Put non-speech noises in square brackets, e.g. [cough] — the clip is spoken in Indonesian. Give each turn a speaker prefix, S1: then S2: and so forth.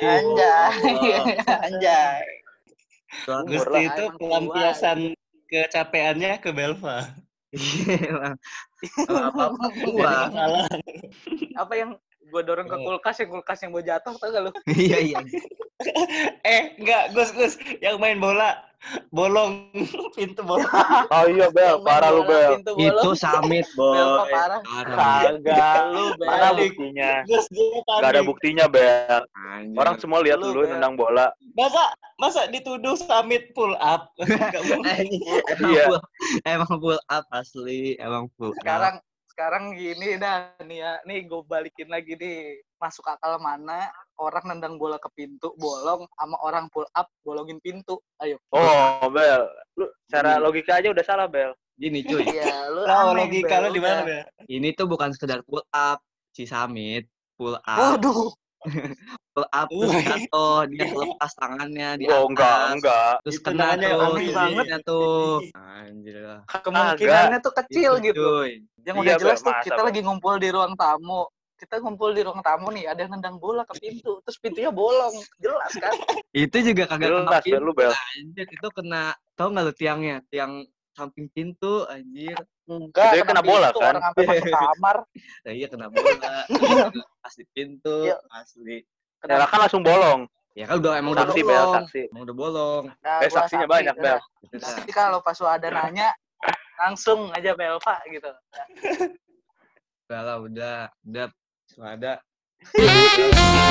S1: Anjay, [laughs] anjay.
S2: Gusti
S3: Gusti
S2: itu
S3: itu
S2: emang
S3: pelampiasan kecapeannya ke Belva.
S4: Iya, apa apa gua.
S2: Jadi masalah.
S1: Apa yang gue dorong ke kulkas, yang kulkas yang mau jatuh, tau gak lu?
S4: Iya iya.
S3: Eh, enggak, Gus, Gus, yang main bola bolong pintu bola.
S5: Oh iya
S1: Yang main
S5: Bel, parah lu
S1: bola,
S5: Bel.
S1: pintu bola.
S4: Itu summit,
S1: Belva
S4: boy.
S1: parah.
S4: Parah.
S5: Kagak.
S1: Iya. Lu
S5: Mana
S1: Bel.
S5: buktinya?
S3: Gus, dia tadi.
S5: Gak ada buktinya Bel.
S4: Anjir.
S5: Orang semua lihat
S1: Lu,
S5: lu
S1: Bel.
S5: nendang bola.
S3: Masa masa dituduh summit pull up? Enggak mungkin.
S4: Eh, emang
S5: Iya.
S4: full, emang full up asli, emang full up.
S1: Sekarang sekarang gini dah nih ya. Nih gue balikin lagi nih. Masuk akal mana orang nendang bola ke pintu bolong sama orang pull up bolongin pintu. Ayo.
S5: Oh Bel, lu secara logika aja udah salah Bel.
S4: Gini cuy,
S1: Iya, lu
S3: Lah,
S1: aneh,
S3: logika
S1: Bel,
S3: lu di mana,
S1: udah.
S3: Bel?
S4: ini tuh bukan sekedar pull up, si summit pull up,
S1: Waduh,
S4: pull up terus
S3: Wih.
S4: jatuh, dia lepas tangannya di atas.
S5: Oh enggak, enggak.
S4: Terus
S3: Itu
S4: kena
S3: namanya
S4: tuh,
S3: aneh
S4: banget
S3: banget.
S4: tuh. Anjir lah.
S1: kemungkinannya tuh kecil
S4: Itu,
S1: gitu.
S4: cuy.
S1: Yang
S5: Iya,
S1: udah
S5: Bel,
S1: jelas tuh
S5: masa,
S1: kita
S5: Bel?
S1: lagi ngumpul di ruang tamu. Kita ngumpul di ruang tamu nih, ada yang nendang bola ke pintu, terus pintunya bolong. Jelas kan?
S4: Itu juga kagak kena
S5: Jelas Bel,
S4: pintu,
S5: lu Bel.
S4: anjir. Itu kena, tau nggak lu tiangnya? Tiang samping pintu, anjir.
S1: Enggak,
S5: Itu kena bola,
S1: pintu,
S5: kan?
S1: Orang sampai masuk kamar,
S4: Nah, iya kena bola, pas di pintu,
S1: Iya.
S4: asli.
S1: kena
S5: Ya kan langsung bolong.
S4: Ya kan udah emang udah
S5: Saksi Bel,
S4: bolong.
S5: saksi.
S4: Emang udah bolong.
S1: Nah,
S5: Eh
S1: gua
S5: saksinya
S1: saksi,
S5: banyak
S1: udah.
S5: Bel.
S4: Gitu dah.
S1: Nanti kalau pas lu ada nanya, langsung aja Belva gitu.
S4: Udah lah, udah. Udah. Semua ada.